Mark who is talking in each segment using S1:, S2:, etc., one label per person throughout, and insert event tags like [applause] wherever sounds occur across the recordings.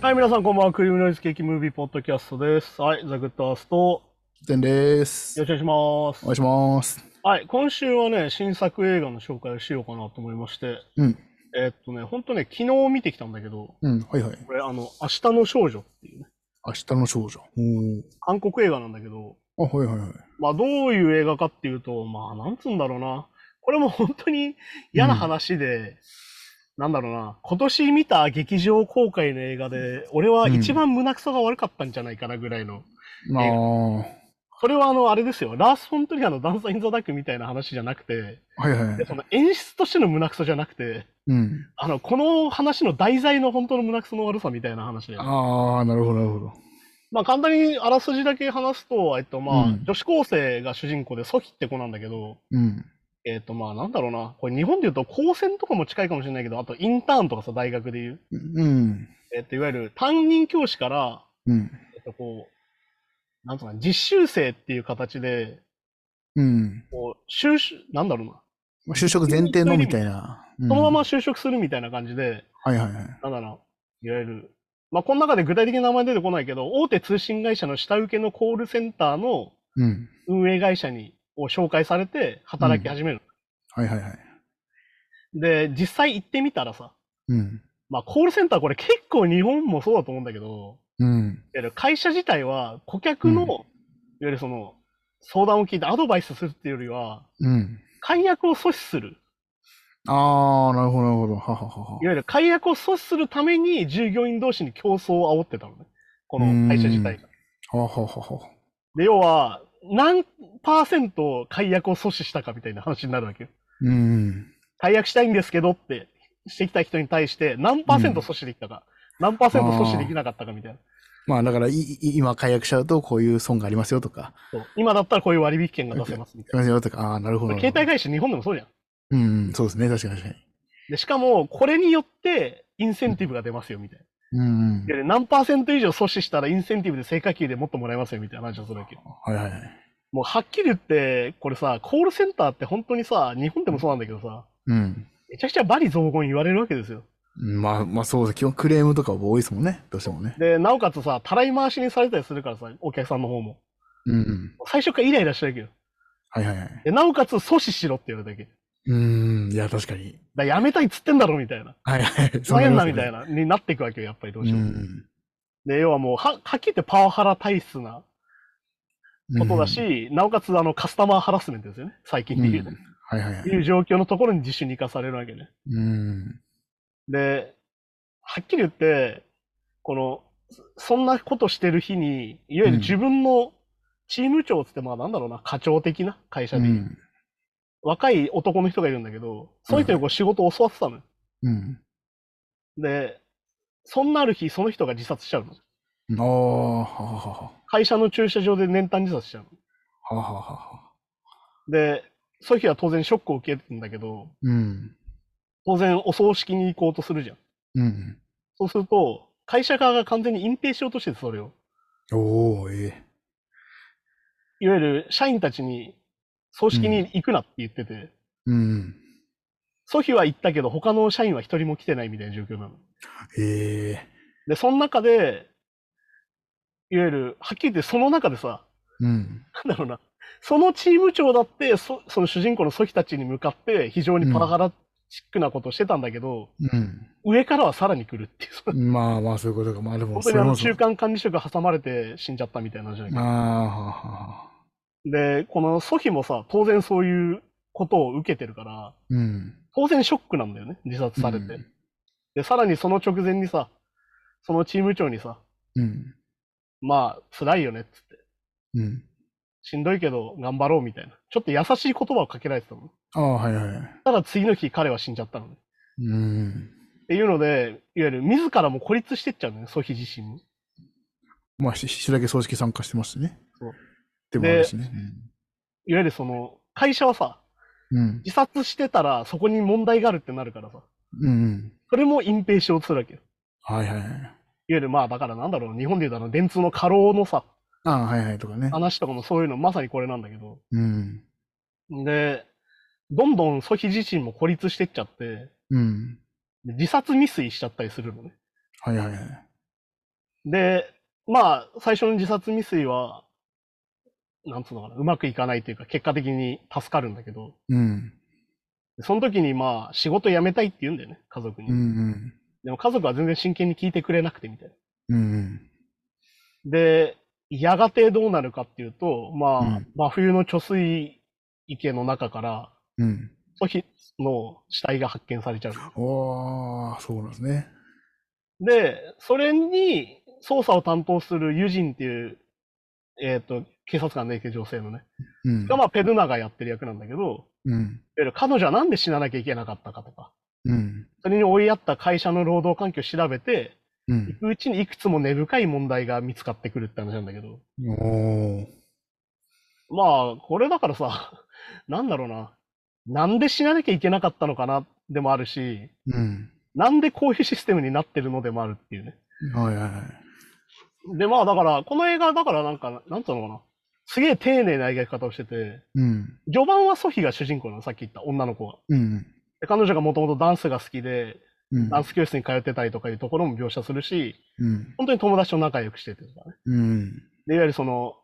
S1: はい、皆さんこんばんは。クリームノイズケーキムービーポッドキャストです。はい、ザ・グッドアースト、
S2: てんです
S1: よろ。しくお願いし
S2: お
S1: ま
S2: 願い
S1: す。
S2: します。
S1: はい、今週はね、新作映画の紹介をしようかなと思いまして、
S2: うん。
S1: えっとね、ほんとね、昨日見てきたんだけど、
S2: うん。はいはい。
S1: これ、あの、明日の少女っていうね、
S2: 明日の少女。お
S1: 韓国映画なんだけど、
S2: お。あ、はいはいはい。
S1: まあ、どういう映画かっていうと、まあ、なんつうんだろうな。これも [laughs] 本当に嫌な話で、なんだろうな。今年見た劇場公開の映画で、俺は一番胸くそが悪かったんじゃないかなぐらいの。
S2: ま
S1: それはあの、あれですよ。ラース・フォントリアのダンサー・イン・ザ・ダックみたいな話じゃなくて、
S2: あ。はいは
S1: で
S2: い。
S1: その演出としての胸くそじゃなくて、
S2: うん。
S1: あの、この話の題材の本当の胸くその悪さみたいな話で。
S2: ああ、なるほどなるほど。
S1: まあ簡単にあらすじだけ話すと、えっとまあ、
S2: うん
S1: 女子高生が主人公でソヒって子なんだけど、
S2: うん。
S1: えっ、と、まあ、なんだろうな。これ日本で言うと、高専とかも近いかもしれないけど、あとインターンとかさ、大学で言う。
S2: うん。
S1: えっ、と、いわゆる担任教師から、
S2: うん。
S1: えっ、と、こう、なんとかな、実習生っていう形で、
S2: うん。
S1: こう、就職、なんだろうな。
S2: まあ就職前提のみたいな。
S1: そのまま
S2: うん。
S1: 就職するみたいな感じで、
S2: はいはいはい。
S1: なんだろうな、いわゆる、まあ、この中で具体的な名前出てこないけど、大手通信会社の下請けのコールセンターの
S2: うん。
S1: 運営会社に、を紹介されて働き始める。
S2: はいはいはい。
S1: で、実際行ってみたらさ、
S2: うん。
S1: まあ、コールセンターこれ結構日本もそうだと思うんだけど、
S2: うん。
S1: いわゆる会社自体は顧客の、
S2: うん
S1: いわゆるその相談を聞いてアドバイスするっていうよりは、
S2: うん。
S1: 解約を阻止する。。
S2: ああ、なるほどなるほど。ははははい
S1: わゆる解約を阻止するために従業員同士に競争を煽ってたのね。この会社自体が。
S2: はははは。
S1: で、要は、何パーセント解約を阻止したかみたいな話になるわけよ。
S2: うん。
S1: 解約したいんですけどってしてきた人に対して何パーセント阻止できたか、何パーセント阻止できなかったかみたいな。
S2: まあだから、いい今解約しちゃうとこういう損がありますよとか。
S1: そう今だったらこういう割引券が出せますみたい
S2: ありますよとか。ああ、なるほど
S1: な。
S2: なるほ
S1: 携
S2: ど。
S1: 帯会社日本でもそうじゃん。
S2: うんうん、そうですね。確かに確かに。
S1: で、しかも、これによって、インセンティブが出ますよ、みたいな。
S2: うんうん。
S1: で、何パーセント以上阻止したら、インセンティブで成果給でもっともらえますよ、みたいな話をするわけよ。
S2: はいはいはい。
S1: もう、はっきり言って、これさ、コールセンターって本当にさ、日本でもそうなんだけどさ、
S2: うん。
S1: めちゃくちゃ罵詈雑言言われるわけですよ。
S2: まあ、まあそうです。基本クレームとか多いですもんね。どうしてもね。
S1: で、なおかつさ、たらい回しにされたりするからさ、お客さんの方も。
S2: うんうん。
S1: 最初からイライラしたわけよ。
S2: はいはいはい。
S1: で、なおかつ阻止しろって言われたわけ。だか
S2: うん。いや、確かに。
S1: らやめたいっつってんだろ、みたいな。
S2: はいはい。
S1: [laughs] ふざけんな、み
S2: り
S1: たい
S2: ま
S1: な、になっていくわけよ、やっぱりどうし
S2: す
S1: て
S2: ね。
S1: も。で、要はもう、は、はっきり言ってパワハラ体質な
S2: うん。
S1: ことだし、なおかつあのカスタマーハラスメントですよね、最
S2: う
S1: 近
S2: ん、
S1: で言う
S2: う
S1: と
S2: ん。はいはいはい。
S1: いう状況のところに自主に生かされるわけね。
S2: うん。
S1: で、はっきり言って、この、そそんなことしてる日に、いわゆる自分のチーム長つって、まあなんだろうな、課長的な会社
S2: う
S1: で、
S2: ん。
S1: 若い男の人がいるんだけど、その人にこう仕事を教わってたのよ。
S2: うん。
S1: で、そんなある日、その人が自殺しちゃうの。
S2: ああ、ははは
S1: 会社の駐車場で年単自殺しちゃう
S2: は。はははは。
S1: の。で、そういう日は当然ショックを受けるんだけど、
S2: うん。
S1: 当然お葬式に行こうとするじゃん。
S2: うん。
S1: そうすると、会社側が完全に隠蔽しようとしてて、それを。
S2: おおええ
S1: いわゆる社員たちに、葬式に行くなって言ってて、
S2: うん。
S1: ソフィは行ったけど、他の社員は一人も来てないみたいな状況なの。
S2: ええ
S1: で、その中で、いわゆる、はっきり言って、その中でさ、
S2: うん。
S1: なんだろうな、そのチーム長だって、そその主人公のソフィたちに向かって、非常にパラハラチックなことをしてたんだけど、
S2: う
S1: 上からはさらに来るっていう、その
S2: ん。まあまあ、そういうことか。まあでも、
S1: 本
S2: そ
S1: 当に
S2: れ
S1: あの
S2: もそう
S1: 中。間管理職が挟まれて死んじゃったみたいな話じゃない
S2: ああ、ははは。
S1: で、このソヒもさ、当然そういうことを受けてるから、
S2: うん。
S1: 当然ショックなんだよね、自殺されて。
S2: うん
S1: で、さらにその直前にさ、そのチーム長にさ、
S2: うん。
S1: まあ、辛いよねっつって、
S2: うん。
S1: しんどいけど頑張ろうみたいな、ちょっと優しい言葉をかけられてたの。
S2: ああ、はいはいはい。
S1: ただ次の日彼は死んじゃったのね。
S2: うん。
S1: っていうので、いわゆる自らも孤立してっちゃうのね、ソヒ自身に。
S2: まあ、し白木葬式参加してますしね。
S1: そう
S2: でもあるしね。
S1: いわゆるその、会社はさ、
S2: うん。
S1: 自殺してたらそこに問題があるってなるからさ、
S2: うん。うん。
S1: それも隠蔽しようとするわけよ。
S2: はいはいはい。
S1: いわゆるまあ、だからなんだろう、日本で言うとあの、電通の過労のさ、
S2: ああ、はいはいとかね。
S1: 話とかもそういうの、まさにこれなんだけど。
S2: うん。
S1: で、どんどんソヒ自身も孤立してっちゃって、
S2: うん。
S1: で自殺未遂しちゃったりするのね。
S2: はいはいはい。
S1: で、まあ、最初の自殺未遂は、なんつうのかな、うまくいかないというか、結果的に助かるんだけど、
S2: うん。
S1: その時にまあ、仕事辞めたいって言うんだよね、家族に。
S2: うんうん。
S1: でも家族は全然真剣に聞いてくれなくてみたいな。
S2: うん
S1: で、やがてどうなるかっていうと、まあ、
S2: うん
S1: 真冬の貯水池の中から、
S2: うん。うん。
S1: ソヒの死体が発見されちゃう。
S2: おー、そうなんですね。
S1: で、それに捜査を担当するユジンっていう、えっ、と、警察官のいて女性のね、
S2: うん。
S1: がまあペルナがやってる役なんだけど、
S2: うん。
S1: いわゆる彼女はなんで死ななきゃいけなかったかとか、
S2: うん。
S1: それに追いやった会社の労働環境を調べて、
S2: う
S1: い
S2: ん。
S1: くうちにいくつも根深い問題が見つかってくるって話なんだけど、
S2: おー。
S1: まあ、これだからさ、 [laughs] なんだろうな。なんで死ななきゃいけなかったのかなでもあるし、
S2: うん。
S1: なんでこういうシステムになってるのでもあるっていうね。
S2: はいはいはい。
S1: で、まあだから、この映画だからなんか、なんつうのかな。すげえ丁寧な描き方をしてて、
S2: うん。
S1: 序盤はソフィが主人公なの、さっき言った女の子が。
S2: うん。
S1: で彼女がもともとダンスが好きで、
S2: うん
S1: ダンス教室に通ってたりとかいうところも描写するし、
S2: うん。
S1: 本当に友達と仲良くしててとかね。
S2: うん。
S1: で、いわゆるその、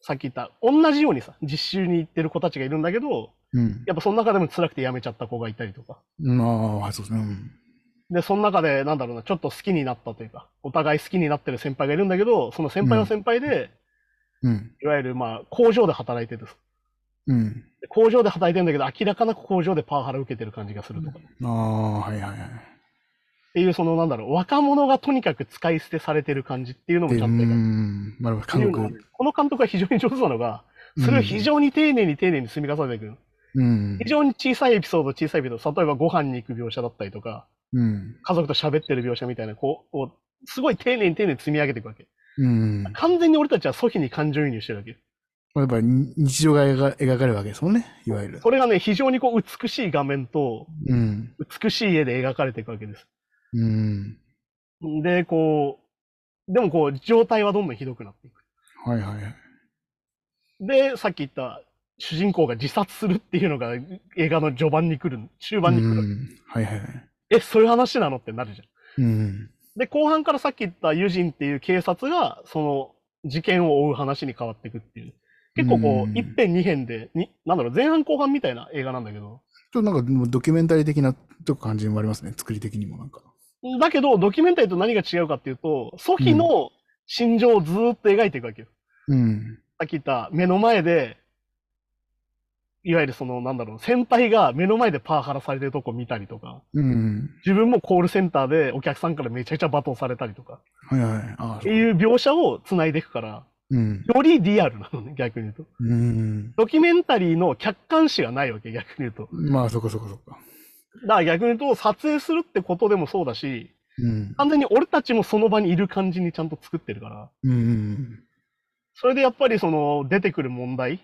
S1: さっき言った、同じようにさ、実習に行ってる子たちがいるんだけど、
S2: うん。
S1: やっぱその中でも辛くて辞めちゃった子がいたりとか。
S2: まあ、はいそうですね。うん
S1: で、その中で、なんだろうな、ちょっと好きになったというか、お互い好きになってる先輩がいるんだけど、その先輩は先輩で、
S2: うん。
S1: いわゆる、まあ、工場で働いてて、
S2: うん。
S1: で工場で働いてるんだけど、明らかな工場でパワハラ受けてる感じがするとか、っ
S2: ああ、はいはいはい。
S1: ていう、その、なんだろう、若者がとにかく使い捨てされてる感じっていうのもち
S2: で、
S1: ゃ
S2: うん
S1: と描いてある
S2: ん。なるほど、
S1: ってい
S2: 韓
S1: うのがね
S2: 国。
S1: この監督は非常に上手なのが、それを非常に丁寧に丁寧に積み重ねていくの。
S2: うん。
S1: 非常に小さいエピソード、小さいエピソード、例えばご飯に行く描写だったりとか、
S2: うん。
S1: 家族と喋ってる描写みたいな、こう、こうすごい丁寧に丁寧に積み上げていくわけ。
S2: うん。や
S1: 完全に俺たちはソフィに感情移入してるわけ。
S2: っぱに日常が描描かれるわけですもんね、いわゆる。
S1: それがね、非常にこう美しい画面と
S2: うん。
S1: 美しい絵で描かれていくわけです。
S2: うん。
S1: で、こう、でもこう、状態はどんどんひどくなっていく。
S2: はいはいはい。
S1: で、さっき言った、主人公が自殺するっていうのが映画の序盤に来る、中盤に来る。
S2: うん。はいはいはい。
S1: え、そういう話なのってなるじゃん。
S2: うん。
S1: で、後半からさっき言ったユジンっていう警察が、その事件を追う話に変わっていくっていう。結構こ
S2: うん
S1: う、一編二編で、に、なんだろう、前半後半みたいな映画なんだけど、
S2: ちょっとなんかもうドキュメンタリー的なとこ感じもありますね、作り的にもなんか。
S1: だけど、ドキュメンタリーと何が違うかっていうと、ソフィの心情をずーっと描いていくわけよ。
S2: うん。
S1: さっき言った、目の前で、いわゆるその、なんだろう、先輩が目の前でパワハラされてるとこ見たりとか、
S2: うん。
S1: 自分もコールセンターでお客さんからめちゃくちゃ罵倒されたりとか、
S2: はいはい。ああ、
S1: って
S2: そう。
S1: いう描写を繋いでいくから、
S2: うん。
S1: よりリアルなのね、逆に言うと。
S2: うん。
S1: ドキュメンタリーの客観視がないわけ、逆に言うと。
S2: まあ、そこそこそこ。
S1: だから逆に言うと、撮影するってことでもそうだし、
S2: うん。
S1: 完全に俺たちもその場にいる感じにちゃんと作ってるから、
S2: うん。
S1: それでやっぱりその出てくる問題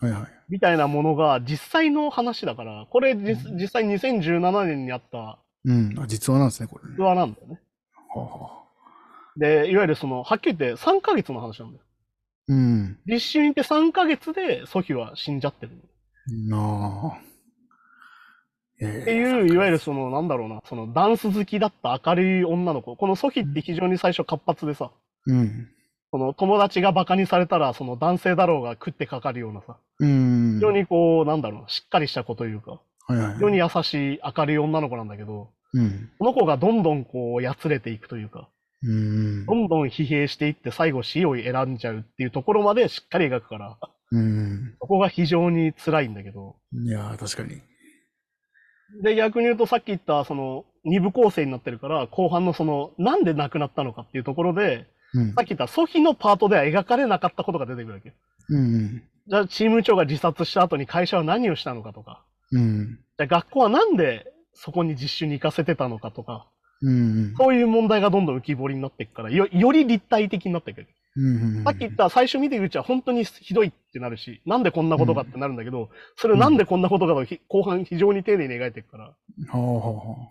S2: はいはい。
S1: みたいなものが実際の話だから、これ実
S2: うん
S1: 実際2017年にあった
S2: うん。あ、実話なんですね、これね。
S1: ツアーなんだよね。
S2: はあはあ
S1: で、いわゆるその、はっきり言って3ヶ月の話なんだよ。
S2: うん。
S1: 実習に行って3ヶ月でソフィは死んじゃってる。っ
S2: なあ。え
S1: ていう、いわゆるその、なんだろうな、そのダンス好きだった明るい女の子。このソフィって非常に最初活発でさ、
S2: うん。
S1: その友達がバカにされたら、その男性だろうが食ってかかるようなさ、
S2: うん。
S1: 非常にこう、なんだろうな、しっかりした子というか、
S2: はいはい。
S1: 非常に優しい明るい女の子なんだけど、
S2: うん。
S1: この子がどんどんこう、やつれていくというか、
S2: うん
S1: ど。んどん疲弊していって最後死を選んじゃうっていうところまでしっかり描くから、
S2: うん。
S1: そこが非常に辛いんだけど。
S2: いやー、確かに。
S1: で、逆に言うとさっき言った、その、二部構成になってるから、後半のその、なんで亡くなったのかっていうところで、
S2: うん
S1: さっき言ったソフィのパートでは描かれなかったことが出てくるわけ。
S2: うん。
S1: じゃあ、チーム長が自殺した後に会社は何をしたのかとか、
S2: うん。
S1: じゃあ学校はなんでそこに実習に行かせてたのかとか、
S2: うん。
S1: そういう問題がどんどん浮き彫りになっていくから、よ、より立体的になっていくる。
S2: うん。
S1: さっき言った最初見てるうちは本当にひどいってなるし、なんでこんなことかってなるんだけど、それをなんでこんなことかとひ後半非常に丁寧に描いていくから、
S2: はあはあはあ。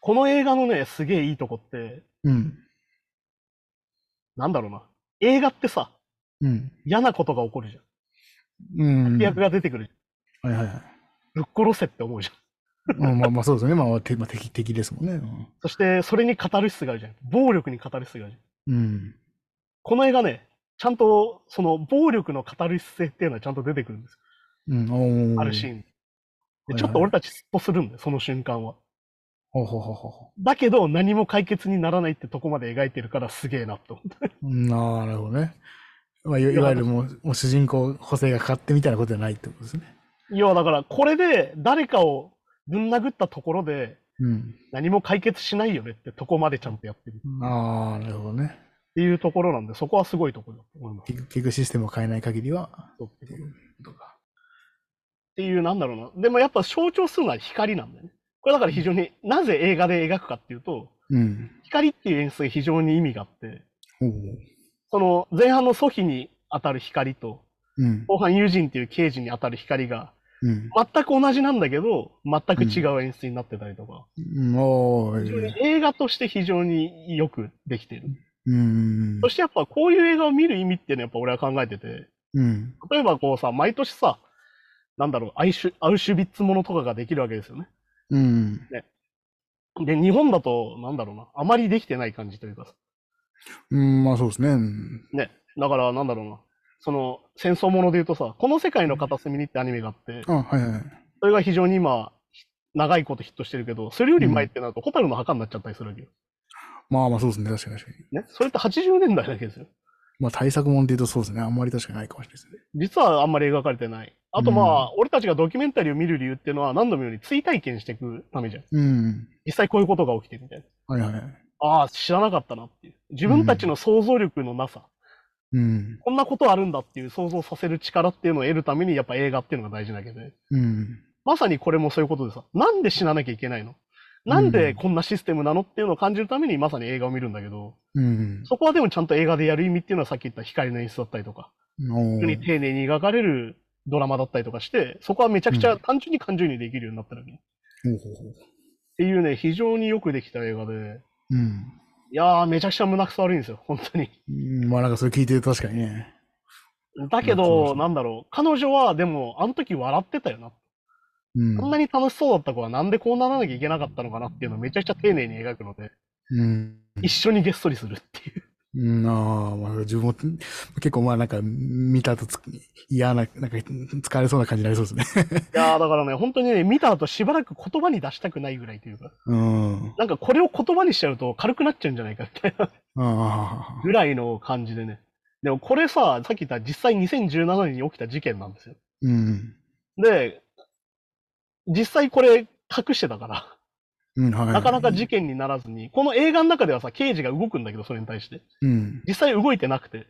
S1: この映画のね、すげえいいとこって、
S2: うん。
S1: なんだろうな。映画ってさ、
S2: うん。
S1: 嫌なことが起こるじゃん。
S2: うん。
S1: 悪役が出てくるじ
S2: はいはいはい。
S1: ゃん。ぶっ殺せって思うじゃん。
S2: まあまあまあそうですね。まあ、てまあ、敵敵ですもんね。
S1: そして、それにカタルシスがあるじゃん。暴力にカタルシスがあるじゃん。
S2: うん。
S1: この映画ね、ちゃんと、その、暴力の語り性っていうのはちゃんと出てくるんです
S2: うん。お
S1: よ。
S2: ー
S1: あるシーン。
S2: いは
S1: で
S2: い
S1: ちょっと俺たちすっとするんだよ、その瞬間は。
S2: ほうほうほうほうほ
S1: だけど、何も解決にならないってとこまで描いてるからすげえなって思った。
S2: う。なるほどね。まあ、いわいわゆるもう、もう主人公補正がかかってみたいなことじゃないってことですね。
S1: いや、だから、これで誰かをぶん殴ったところで、
S2: うん。
S1: 何も解決しないよねってとこまでちゃんとやってるっ
S2: ああ、なるほどね。
S1: ていうところなんで、そこはすごいところだと思います。
S2: 結局システムを変えない限りは、
S1: っていう、なんだろうな。でもやっぱ象徴するのは光なんだよね。これだから非常に、なぜ映画で描くかっていうと、
S2: うん。
S1: 光っていう演出に非常に意味があって、
S2: ほう。
S1: その前半のソヒに当たる光と、
S2: うん。
S1: 後半友人っていう刑事に当たる光が、
S2: うん。
S1: 全く同じなんだけど、全く違う演出になってたりとか、
S2: うんおー
S1: 非常に映画として非常によくできてる。
S2: うん
S1: そ。してやっぱこういう映画を見る意味っていうのはやっぱ俺は考えてて、
S2: うん。
S1: 例えばこうさ、毎年さ、なんだろう、アイシュアウシュビッツものとかができるわけですよね。
S2: うん。
S1: で、日本だと、なんだろうな、あまりできてない感じというかさ。
S2: うん。まあそうですね。うん
S1: ね。だから、なんだろうな、その、戦争もので言うとさ、この世界の片隅にってアニメがあって、
S2: あ、はいはい。
S1: それが非常に今、長いことヒットしてるけど、それより前ってなると、ホタルの墓になっちゃったりするわけよ。
S2: まあまあそうですね。確かに確かに。
S1: ね。それって80年代だけですよ。
S2: まあ対策もんで言うとそうですね。あんまり確かにないかもしれないですね。
S1: 実はあんまり描かれてない。あとまあ、俺たちがドキュメンタリーを見る理由っていうのは何度も言うように追体験していくためじゃん。
S2: うん。
S1: 実際こういうことが起きてるみたいな。
S2: はいはい。
S1: ああ、知らなかったなっていう。自分たちの想像力のなさ、
S2: うん。
S1: こんなことあるんだっていう想像させる力っていうのを得るためにやっぱ映画っていうのが大事なわけで。
S2: うん。
S1: まさにこれもそういうことでさ、なんで死ななきゃいけないのなんでこんなシステムなのっていうのを感じるためにまさに映画を見るんだけど、
S2: うん。
S1: そこはでもちゃんと映画でやる意味っていうのはさっき言った光の演出だったりとか、
S2: お
S1: 本当に
S2: ー
S1: 丁寧に描かれるドラマだったりとかして、そこはめちゃくちゃ単純に感情にできるようになったわけ。っ
S2: ほうほうほう。
S1: ていうね、非常によくできた映画で、
S2: うん。
S1: いやー、めちゃくちゃ胸くそ悪いんですよ、本当に。
S2: うんまあなんかそれ聞いてると確かにね。
S1: だけ
S2: そうそ
S1: ど、
S2: う
S1: なんだろう、彼女はでも、あの時笑ってたよな。
S2: うん。
S1: こんなに楽しそうだった子はなんでこうならなきゃいけなかったのかなっていうのをめちゃくちゃ丁寧に描くので、
S2: うん。
S1: 一緒にげっそりするっていう。
S2: うん、ああ、まあ、自分も、結構まあなんか、見た後つ、嫌な、なんか、疲れそうな感じになりそうですね。 [laughs]
S1: いやー、だからね、本当にね、見た後しばらく言葉に出したくないぐらいというか、
S2: うん。
S1: なんかこれを言葉にしちゃうと軽くなっちゃうんじゃないかみたいな。
S2: ああ、
S1: ぐらいの感じでね。でもこれさ、さっき言った実際2017年に起きた事件なんですよ。
S2: うん。
S1: で、実際これ隠してたから、
S2: うん、はい。
S1: なかなか事件にならずに、この映画の中ではさ、刑事が動くんだけど、それに対して。
S2: うん。
S1: 実際動いてなくて、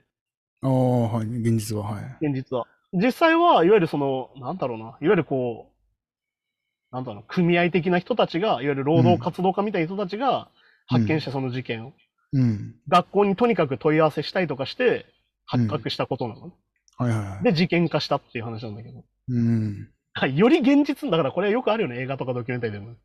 S2: ああ、はい。現実は、はい。
S1: 現実は。実際は、いわゆるその、なんだろうな、いわゆるこう、なんだろうな、組合的な人たちが、いわゆる労働活動家みたいな人たちが発見したその事件を、
S2: うん。
S1: 学校にとにかく問い合わせしたりとかして、発覚したことなのね、
S2: はいはい。
S1: で、事件化したっていう話なんだけど。
S2: うん。
S1: はい、 [laughs] より現実、だからこれはよくあるよね、映画とかドキュメンタリーでも。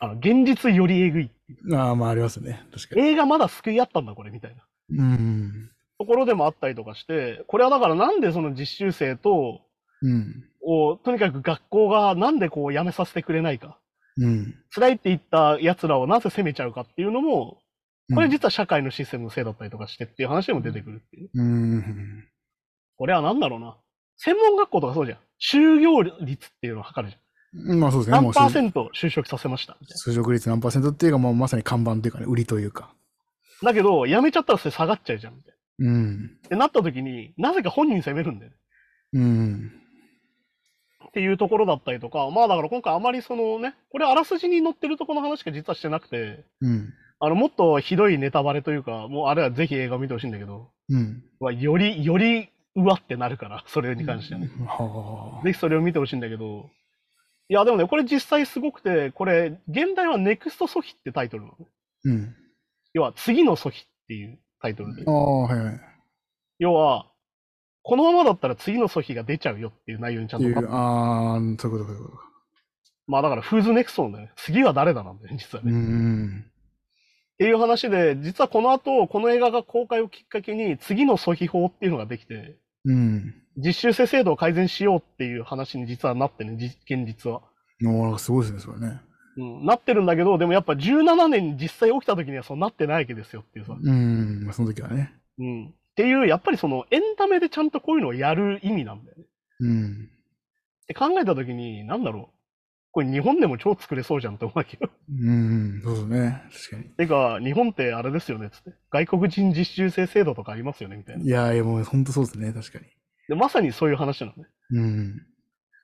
S1: あの、現実よりえぐい。
S2: ああ、まあありますね。確かに。
S1: 映画まだ救いあったんだ、これ、みたいな。
S2: うん。
S1: ところでもあったりとかして、これはだからなんでその実習生と、
S2: うん。
S1: を、とにかく学校がなんでこう辞めさせてくれないか。
S2: うん。
S1: 辛いって言った奴らをなぜ責めちゃうかっていうのも、これ実は社会のシステムのせいだったりとかしてっていう話でも出てくるっていう。
S2: うん。
S1: これはなんだろうな。専門学校とかそうじゃん。就業率っていうのを測るじ
S2: うん。まあそうです
S1: ゃ
S2: ね。
S1: ん。
S2: もう
S1: 何パー
S2: 就
S1: セント就職させましたみたいな。
S2: 就職率何パーセントっていうか、まあまさに看板というかね、売りというか。
S1: だけど、辞めちゃったらそれ下がっちゃうじゃん、みたいな。
S2: うん。
S1: ってなった時に、なぜか本人責めるんだよね。
S2: うん。
S1: っていうところだったりとか、まあだから今回あまりそのね、これあらすじに載ってるところの話しか実はしてなくて、
S2: うん。
S1: あの、もっとひどいネタバレというか、もうあれはぜひ映画見てほしいんだけど、
S2: うん。
S1: まあより、より、うわってなるから、それに関してはね。
S2: はあ。
S1: ぜひそれを見てほしいんだけど、いやでもね、これ実際すごくて、これ、現代はネクストソヒってタイトルなのね。
S2: うん。
S1: 要は、次のソヒっていうタイトルで
S2: あ。あ、はいはい。
S1: 要は、このままだったら次のソヒが出ちゃうよっていう内容にちゃんと
S2: い
S1: なって
S2: う、ああ、そういうこと、そういうこと。
S1: まあだから、フーズネクストンだよね。次は誰だなんだよね、実はね。
S2: う
S1: っ
S2: ん。
S1: ていう話で、実はこの後、この映画が公開をきっかけに、次の訴否法っていうのができて、
S2: うん。
S1: 実習生制度を改善しようっていう話に実はなってね、実現実は。
S2: おーすごいですね、それね。
S1: うん、なってるんだけど、でもやっぱ17年に実際起きた時にはそうなってないわけですよっていうさ。
S2: うん、まあその時はね。
S1: うん。っていう、やっぱりそのエンタメでちゃんとこういうのをやる意味なんだよね。
S2: うん。
S1: って考えた時に、なんだろう。これ日本でも超作れそうじゃんって思うわけど。
S2: うん、そうですね。確かに。
S1: てか、日本ってあれですよね、つって。外国人実習生制度とかありますよね、みたいな。
S2: いやいや、もう本当そうですね、確か
S1: で、まさにそういう話なのね。
S2: に。うん。
S1: だ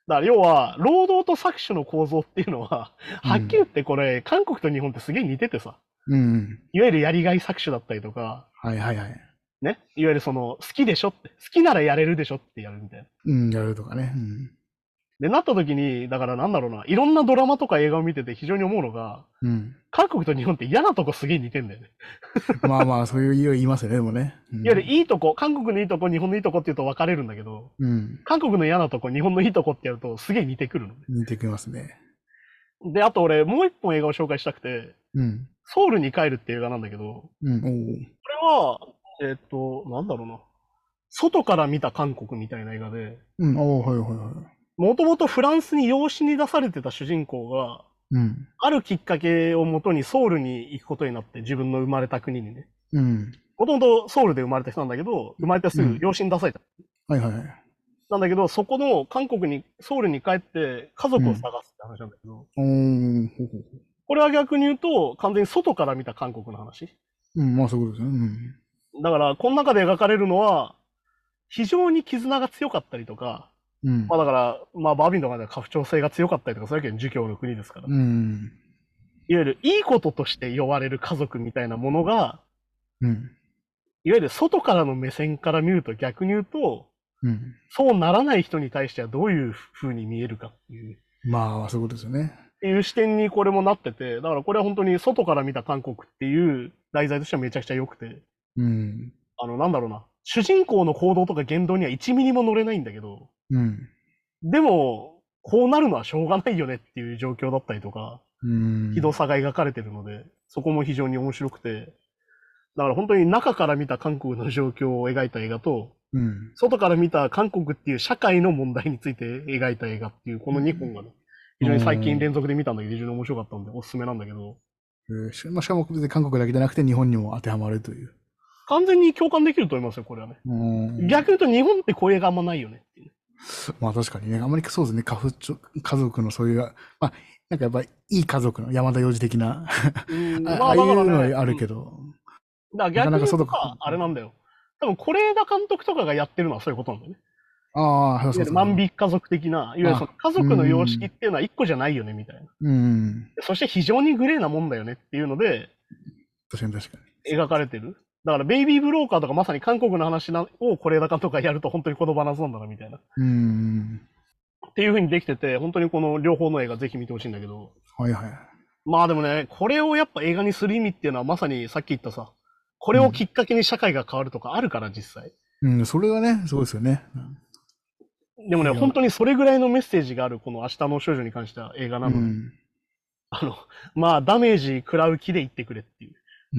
S1: から要は、労働と搾取の構造っていうのは、
S2: うん
S1: はっきり言ってこれ、韓国と日本ってすげえ似ててさ、
S2: うん。
S1: いわゆるやりがい搾取だったりとか、
S2: はいはいはい。
S1: ね、いわゆるその、好きでしょって、好きならやれるでしょってやるみたいな。
S2: うん、やるとかね。
S1: で、なった時に、だからなんだろうな、いろんなドラマとか映画を見てて非常に思うのが、
S2: うん。うん。
S1: 韓国と日本って嫌なとこすげえ似てんだよね。
S2: まあまあ、そういう言いますよね、でもね。うん
S1: いわゆるいいとこ、韓国のいいとこ、日本のいいとこって言うと分かれるんだけど、
S2: うん。
S1: 韓国の嫌なとこ、日本のいいとこってやるとすげえ似てくるのね。
S2: 似てきますね。
S1: で、あと俺、もう一本映画を紹介したくて、
S2: うん。
S1: ソウルに帰るっていう映画なんだけど、こ
S2: うん。おお。
S1: れは、えーっと、なんだろうな。外から見た韓国みたいな映画で、
S2: うん、おおはいはいはい。
S1: もともとフランスに養子に出されてた主人公が、
S2: うん。
S1: あるきっかけをもとにソウルに行くことになって、自分の生まれた国にね。
S2: うん。
S1: もともとソウルで生まれた人なんだけど、生まれてすぐ養子に出された。
S2: はいはいはい。
S1: なんだけど、そこの韓国に、ソウルに帰って家族を探すって話なんだけど、
S2: おおほうほうほ
S1: これは逆に言うと、完全に外から見た韓国の話。
S2: う。うん、まあそういうことですね。うん。
S1: だから、この中で描かれるのは、非常に絆が強かったりとか、
S2: うん
S1: まあだから、まあバービンとかでは家父長制が強かったりとか、そういうわけで儒教の国ですから、いわ
S2: うん。
S1: ゆるいいこととして呼ばれる家族みたいなものが、
S2: うん。
S1: いわゆる外からの目線から見ると逆に言うと、
S2: うん。
S1: そうならない人に対してはどういう風に見えるかっていう、っ
S2: まあ、そういうことですよね。
S1: ていう視点にこれもなってて、だからこれは本当に外から見た韓国っていう題材としてはめちゃくちゃ良くて、
S2: うん。
S1: あの、なんだろうな、主人公の行動とか言動には1ミリも乗れないんだけど、
S2: うん。
S1: でも、こうなるのはしょうがないよねっていう状況だったりとか、
S2: うん。
S1: ひどさが描かれてるので、そこも非常に面白くて、だから本当に中から見た韓国の状況を描いた映画と、
S2: うん。
S1: 外から見た韓国っていう社会の問題について描いた映画っていう、この2本がね、非常に最近連続で見たんだけど、非常に面白かったんで、おすすめなんだけど、
S2: えーしまあ、しかも別に韓国だけじゃなくて日本にも当てはまるという。
S1: 完全に共感できると思いますよ、これはね。
S2: うん
S1: 逆に言うと日本ってこういう映画あんまないよねっていう。
S2: まあ確かにね、あんまりそうですね、家父長家族のそういう、まあ、なんかやっぱいい家族の山田洋次的な、
S1: うん
S2: あ
S1: ま
S2: ああいう
S1: だからね
S2: のはあるけど、
S1: だから逆に言う
S2: な
S1: と
S2: かなか外か
S1: あれなんだよ。多分、是枝監督とかがやってるのはそういうことなんだよね。
S2: ああ、そうそ
S1: いわゆ
S2: う
S1: る
S2: そう。
S1: 万引き家族的な、いわゆるその家族の様式っていうのは一個じゃないよね、みたいな。
S2: うん、
S1: そして非常にグレーなもんだよねっていうので
S2: 確かに確か
S1: 描かれてる。だから、ベイビー・ブローカーとかまさに韓国の話なを是枝監督がやると本当にこのバランスなんだな、みたいな。っ
S2: に。うん、
S1: ていう風にできてて、本当にこの両方の映画ぜひ見てほしいんだけど。
S2: はいはい。
S1: まあでもね、これをやっぱ映画にする意味っていうのはまさにさっき言ったさ、これをきっかけに社会が変わるとかあるから、実際。
S2: うん、それはね、そうですよね。
S1: でもね、
S2: いや
S1: 本当にそれぐらいのメッセージがある、この明日の少女に関しては映画
S2: う
S1: なので、
S2: ん、
S1: あの、まあ、ダメージ食らう気で言ってくれっていう。
S2: う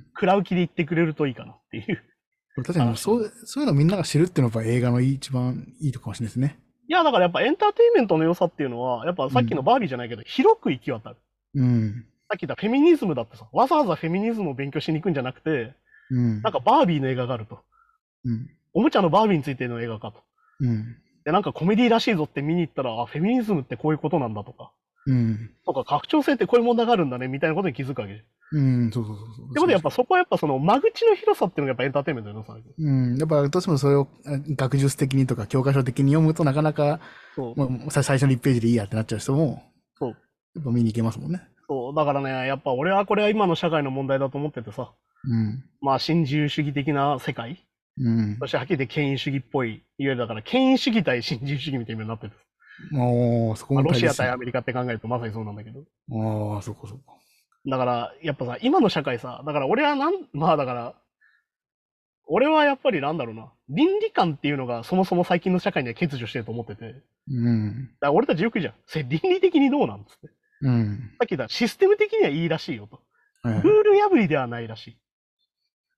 S2: ん。
S1: 食らう気で言ってくれるといいかなっていう。 [laughs]
S2: 確かにそう、そういうのみんなが知るっていうのはやっぱ映画の一番いいとこかもしれないですね。
S1: いや、だからやっぱエンターテインメントの良さっていうのは、やっぱさっきのバービーじゃないけど、広く行き渡る。
S2: うん、
S1: さっき言ったフェミニズムだってさ、わざわざフェミニズムを勉強しに行くんじゃなくて、
S2: うん
S1: なん、かバービーの映画があると。
S2: うん、
S1: おもちゃのバービーについての映画かと。
S2: うん、
S1: で、なんかコメディらしいぞって見に行ったら、あ、フェミニズムってこういうことなんだとか、
S2: うん、
S1: とか、拡張性ってこういう問題があるんだね、みたいなことに気づくわけじゃ
S2: う
S1: ん。
S2: ん、そうそうそうそう。
S1: ってことで、やっぱそこはやっぱその間口の広さっていうのがやっぱエンターテインメントの良さだけど。
S2: うん、やっぱどうしてもそれをあ学術的にとか教科書的に読むとなかなか、
S1: そう
S2: まあ、さ最初の1ページでいいやってなっちゃう人も、
S1: そう
S2: やっぱ見に行けますもんね。
S1: そう、だからね、やっぱ俺はこれは今の社会の問題だと思っててさ、
S2: うん。
S1: まあ、新自由主義的な世界、
S2: うん
S1: そ。してはっきり言って権威主義っぽい、いわゆるだから権威主義対新自由主義みたいなのになってる。
S2: もう、そこ
S1: まあ
S2: も
S1: ロシア
S2: 対
S1: 対ア
S2: 立
S1: メリカって考えるとまさにそうなんだけど。
S2: ああ、そこそこ。
S1: だから、やっぱさ、今の社会さ、だから俺はなん、まあだから、俺はやっぱりなんだろうな、倫理観っていうのがそもそも最近の社会には欠如してると思ってて、だか
S2: うん。
S1: ら俺たちよく言うじゃん、それ倫理的にどうなんつって。
S2: うん。
S1: さっき言ったシステム的にはいいらしいよと。
S2: はいはい
S1: ルール破りではないらしい。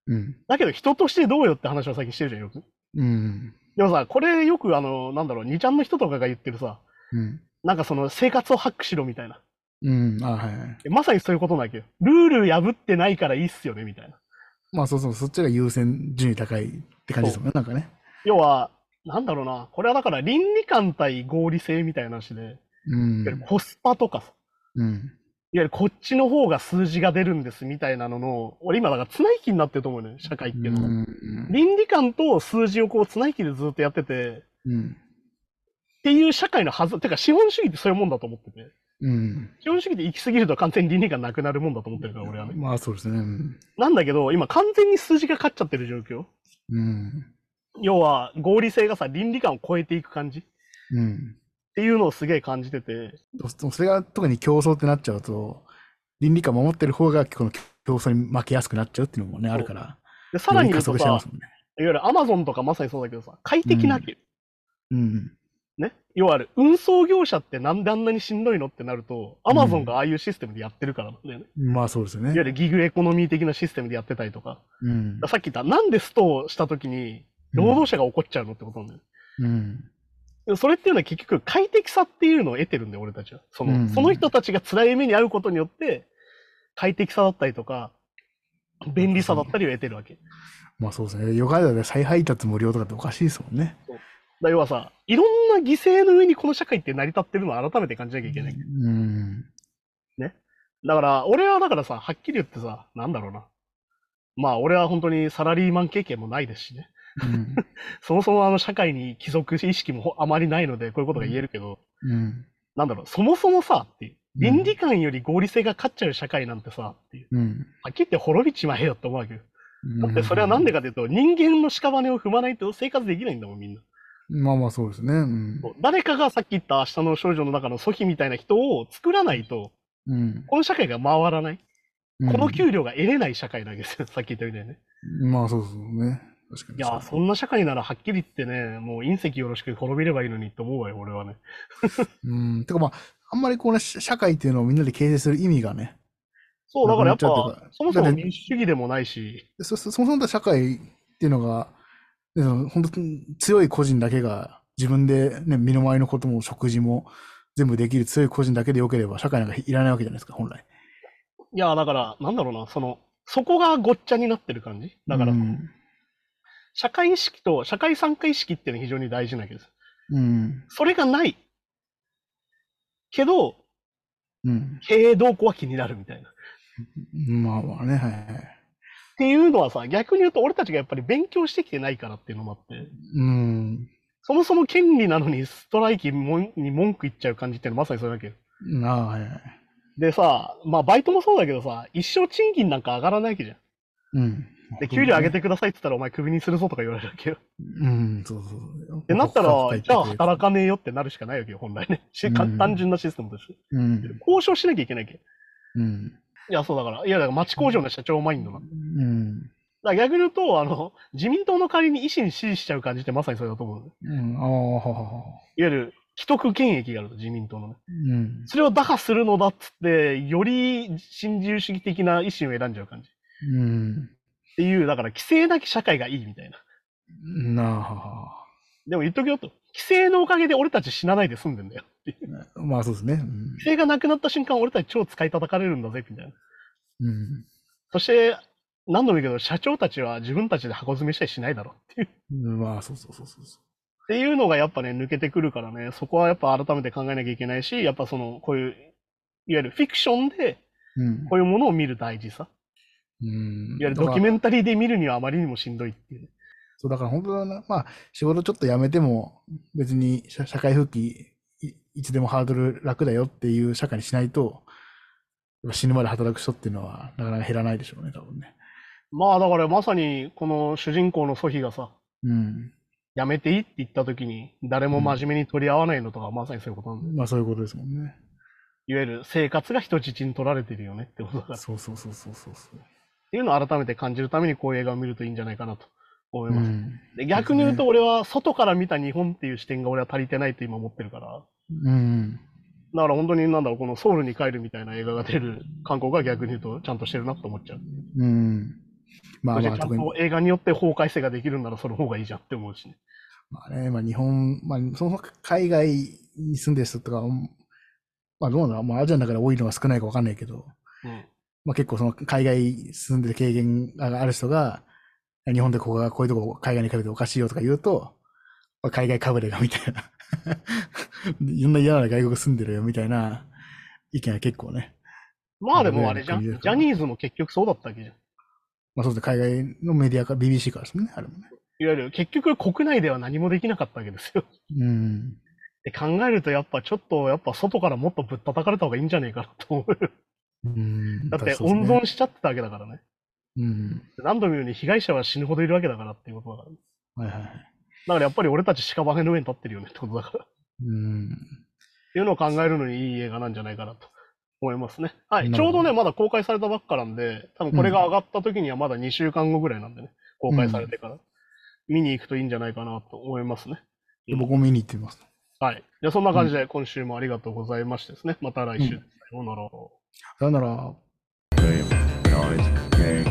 S2: うん。
S1: だけど人としてどうよって話を最近してるじゃん、よく。
S2: うん。
S1: でもさ、これよくあの、なんだろう、2ちゃんの人とかが言ってるさ、
S2: うん。
S1: なんかその生活をハックしろみたいな。
S2: うん、あ、はいはい。
S1: まさにそういうことなわけよ。ルール破ってないからいいっすよね、みたいな。
S2: まあそうそう、そっちが優先順位高いって感じですもんね、なんかね。
S1: 要は、なんだろうな、これはだから倫理観対合理性みたいな話で、いわ
S2: うん
S1: ゆ。るコスパとかさ、
S2: うん。
S1: いわゆるこっちの方が数字が出るんですみたいなのの、俺今だから綱引きになってると思うね、社会っていうのは。
S2: うん。
S1: 倫理観と数字をこう綱引きでずっとやってて、
S2: うん。
S1: っていう社会のはず、てか資本主義ってそういうもんだと思ってて、
S2: うん。
S1: 資本主義って行き過ぎると完全に倫理観なくなるもんだと思ってるから、俺はね。
S2: まあそうですね。うん
S1: なんだけど、今完全に数字が勝っちゃってる状況。
S2: うん。
S1: 要は合理性がさ、倫理観を超えていく感じっ
S2: うん。
S1: ていうのをすげえ感じてて、
S2: そそれが特に競争ってなっちゃうと、倫理観守ってる方がこの競争に負けやすくなっちゃうっていうのもね、
S1: そう
S2: あるから、
S1: で、さらに
S2: よ
S1: 言
S2: り加
S1: うと
S2: 速し
S1: さ、
S2: ちゃいます
S1: いわ
S2: もんね。
S1: ゆるアマゾンとかまさにそうだけどさ、快適なわけよ。
S2: うん。
S1: ね。要はある、運送業者ってなんであんなにしんどいのってなると、アマゾンがああいうシステムでやってるからなんだよね。
S2: まあそうですよね
S1: いわゆ。るギグエコノミー的なシステムでやってたりとか。
S2: うん。
S1: さっき言った、なんでストをした時に、労働者が怒っちゃうのってことなんだよ。
S2: うん。
S1: でもそれっていうのは結局快適さっていうのを得てるんだよ、俺たちは。その、
S2: うん
S1: その人たちが辛い目に遭うことによって、快適さだったりとか、便利さだったりを得てるわけ。
S2: まあそうですね。ヨガで再配達無料とかっておかしいですもんね。
S1: だ要はさ、いろんな犠牲の上にこの社会って成り立ってるのを改めて感じなきゃいけない。
S2: うん。
S1: だから、俺はだからさ、はっきり言ってさ、なんだろうな。まあ、俺は本当にサラリーマン経験もないですしね。
S2: うん。
S1: そもそもあの社会に帰属意識もあまりないので、こういうことが言えるけど、
S2: うん。
S1: なんだろう、そもそもさ、っていう。
S2: うん
S1: 倫理観より合理性が勝っちゃう社会なんてさ、っていう。
S2: うん。
S1: はっきり言って滅びちまえよって思うわけよ。
S2: うん
S1: だってそれはなんでかというと、人間の屍を踏まないと生活できないんだもん、みんな。
S2: まあまあそうですね。うん。
S1: 誰かがさっき言った明日の少女の中のソフィみたいな人を作らないと、
S2: うん。
S1: この社会が回らない。
S2: うん
S1: この給料が得れない社会なんですよ、さっき言ったみたいにね。
S2: まあそうそうね。確かに。
S1: いやー、そんな社会ならはっきり言ってね、もう隕石よろしく滅びればいいのにって思うわよ、俺はね。
S2: うん。てかまあ、あんまりこの社会っていうのをみんなで形成する意味がね、
S1: そう、だからやっぱ
S2: なくなっちゃうとか、
S1: そもそ
S2: だ
S1: も
S2: って
S1: 民主主義でもないし、
S2: そそそもそも社会っていうのが、ねその本当に強い個人だけが自分で、ね、身の回りのことも食事も全部できる強い個人だけでよければ社会なんかいらないわけじゃないですか、本来。
S1: いやー、だから、なんだろうな、その、そこがごっちゃになってる感じ。だから、
S2: うん。
S1: 社会意識と社会参加意識っていうのは非常に大事なわけです。
S2: うん。
S1: それがない。けど、
S2: うん。
S1: 経営動向は気になるみたいな。っ
S2: まあまあね、はいはい。
S1: ていうのはさ、逆に言うと俺たちがやっぱり勉強してきてないからっていうのもあって、
S2: うん。
S1: そもそも権利なのにストライキもんに文句言っちゃう感じっていうのはまさにそれだけよ。
S2: なあ、はいはい。
S1: でさ、まあバイトもそうだけどさ、一生賃金なんか上がらないわけじゃん。
S2: うん。
S1: で、給料上げてくださいって言ったらお前クビにするぞとか言われるわけよ。
S2: うん、そうそうそう。
S1: で、なったら、じゃ
S2: か
S1: あ働かねえよってなるしかないわけよ、本来ね。し
S2: うん
S1: 単単純なシステムとして。
S2: うん。
S1: 交渉しなきゃいけないわけ。
S2: うん。
S1: いや、そうだから。いや、だから町工場の社長マインドなの。だか
S2: うん。
S1: ら逆に言うと、あの、自民党の代わりに維新支持しちゃう感じってまさにそれだと思うのね。
S2: うん。ああ、はははい
S1: わゆる、既得権益があると、自民党のね。
S2: うん。
S1: それを打破するのだっつって、より新自由主義的な維新を選んじゃう感じ。っ
S2: うん。
S1: ていう、だから、規制なき社会がいいみたいな。
S2: なあ。
S1: でも言っとくよと。規制のおかげで俺たち死なないで済んでんだよ。
S2: まあそうですね。うん
S1: 規制がなくなった瞬間、俺たち超使い叩かれるんだぜ、みたいな。
S2: うん。
S1: そして、何度も言うけど、社長たちは自分たちで箱詰めしたりしないだろうっていう。
S2: まあそうそうそうそうそ
S1: っていうのがやっぱね、抜けてくるからね、そこはやっぱ改めて考えなきゃいけないし、やっぱその、こういう、いわゆるフィクションで、
S2: う。うん。
S1: こういうものを見る大事さ。
S2: うん
S1: いわゆる
S2: だか
S1: ド
S2: ら
S1: キュメンタリーで見るにはあまりにもしんどいっていうね。
S2: そう、だから本当だな。まあ、仕事ちょっとやめても、別に社社会復帰い、いつでもハードル楽だよっていう社会にしないと、やっぱ死ぬまで働く人っていうのは、なかなか減らないでしょうね、多分ね。
S1: まあだからまさに、この主人公のソフィがさ、
S2: うん。
S1: やめていいって言った時に、誰も真面目に取り合わないのとか、まさにそういうことなんだよ。
S2: まあそういうことですもんね。
S1: いわゆる生活が人質に取られてるよねってことだから。っ
S2: そうそうそうそうそうそう。
S1: ていうのを改めて感じるためにこういう映画を見るといいんじゃないかなと思いうます。
S2: ん。
S1: で逆に言うと俺は外から見た日本っていう視点が俺は足りてないと今思ってるから。
S2: うん。
S1: だから本当になんだろう、このソウルに帰るみたいな映画が出る韓国が逆に言うとちゃんとしてるなと思っちゃう。
S2: うん。まあ
S1: そし
S2: まあ、
S1: てちゃ
S2: 特
S1: ん
S2: に。
S1: と映画によって法改正ができるんならその方がいいじゃんって思うしね。
S2: まあね、まあ日本、まあその海外に住んでる人とか、まあどうなのまあアジアの中で多いのが少ないかわかんないけど、
S1: うん。
S2: まあ結構その海外住んでる経験がある人が、日本でここがこういうとこ海外に比べておかしいよとか言うと、まあ海外かぶれがみたいな。 [laughs] いろんな嫌な外国住んでるよみたいな意見が結構ね。
S1: まあでもあれじゃん。ジ
S2: うん
S1: ャニーズも結局そうだったわけじゃん。
S2: まあそうですね、海外のメディアか、BBC からですもんね、あれもね。
S1: いわゆる結局国内では何もできなかったわけですよ。
S2: うん。
S1: って考えるとやっぱちょっとやっぱ外からもっとぶったたかれた方がいいんじゃねえかなと [laughs] 思う。
S2: うん
S1: だって
S2: そう
S1: 温
S2: ですね
S1: 存しちゃってたわけだからね。
S2: うん。
S1: 何度も言うように被害者は死ぬほどいるわけだからっていうことだから。だ
S2: はいはいはい。
S1: からやっぱり俺たち屍の上に立ってるよねってことだから。っ
S2: うん。
S1: ていうのを考えるのにいい映画なんじゃないかなと思いますね。はい。
S2: な
S1: ち
S2: る
S1: ょ
S2: ほ
S1: う
S2: ど
S1: どね、まだ公開されたばっかなんで、多分これが上がった時にはまだ2週間後ぐらいなんでね、公開されてから。見に行くといいんじゃないかなと思いますね。
S2: で僕も見に行ってみます。
S1: はい。じゃあそんな感じで今週もありがとうございましてですね。また来週。
S2: う
S1: さようなら。
S2: さよなら。
S3: Game, noise, game.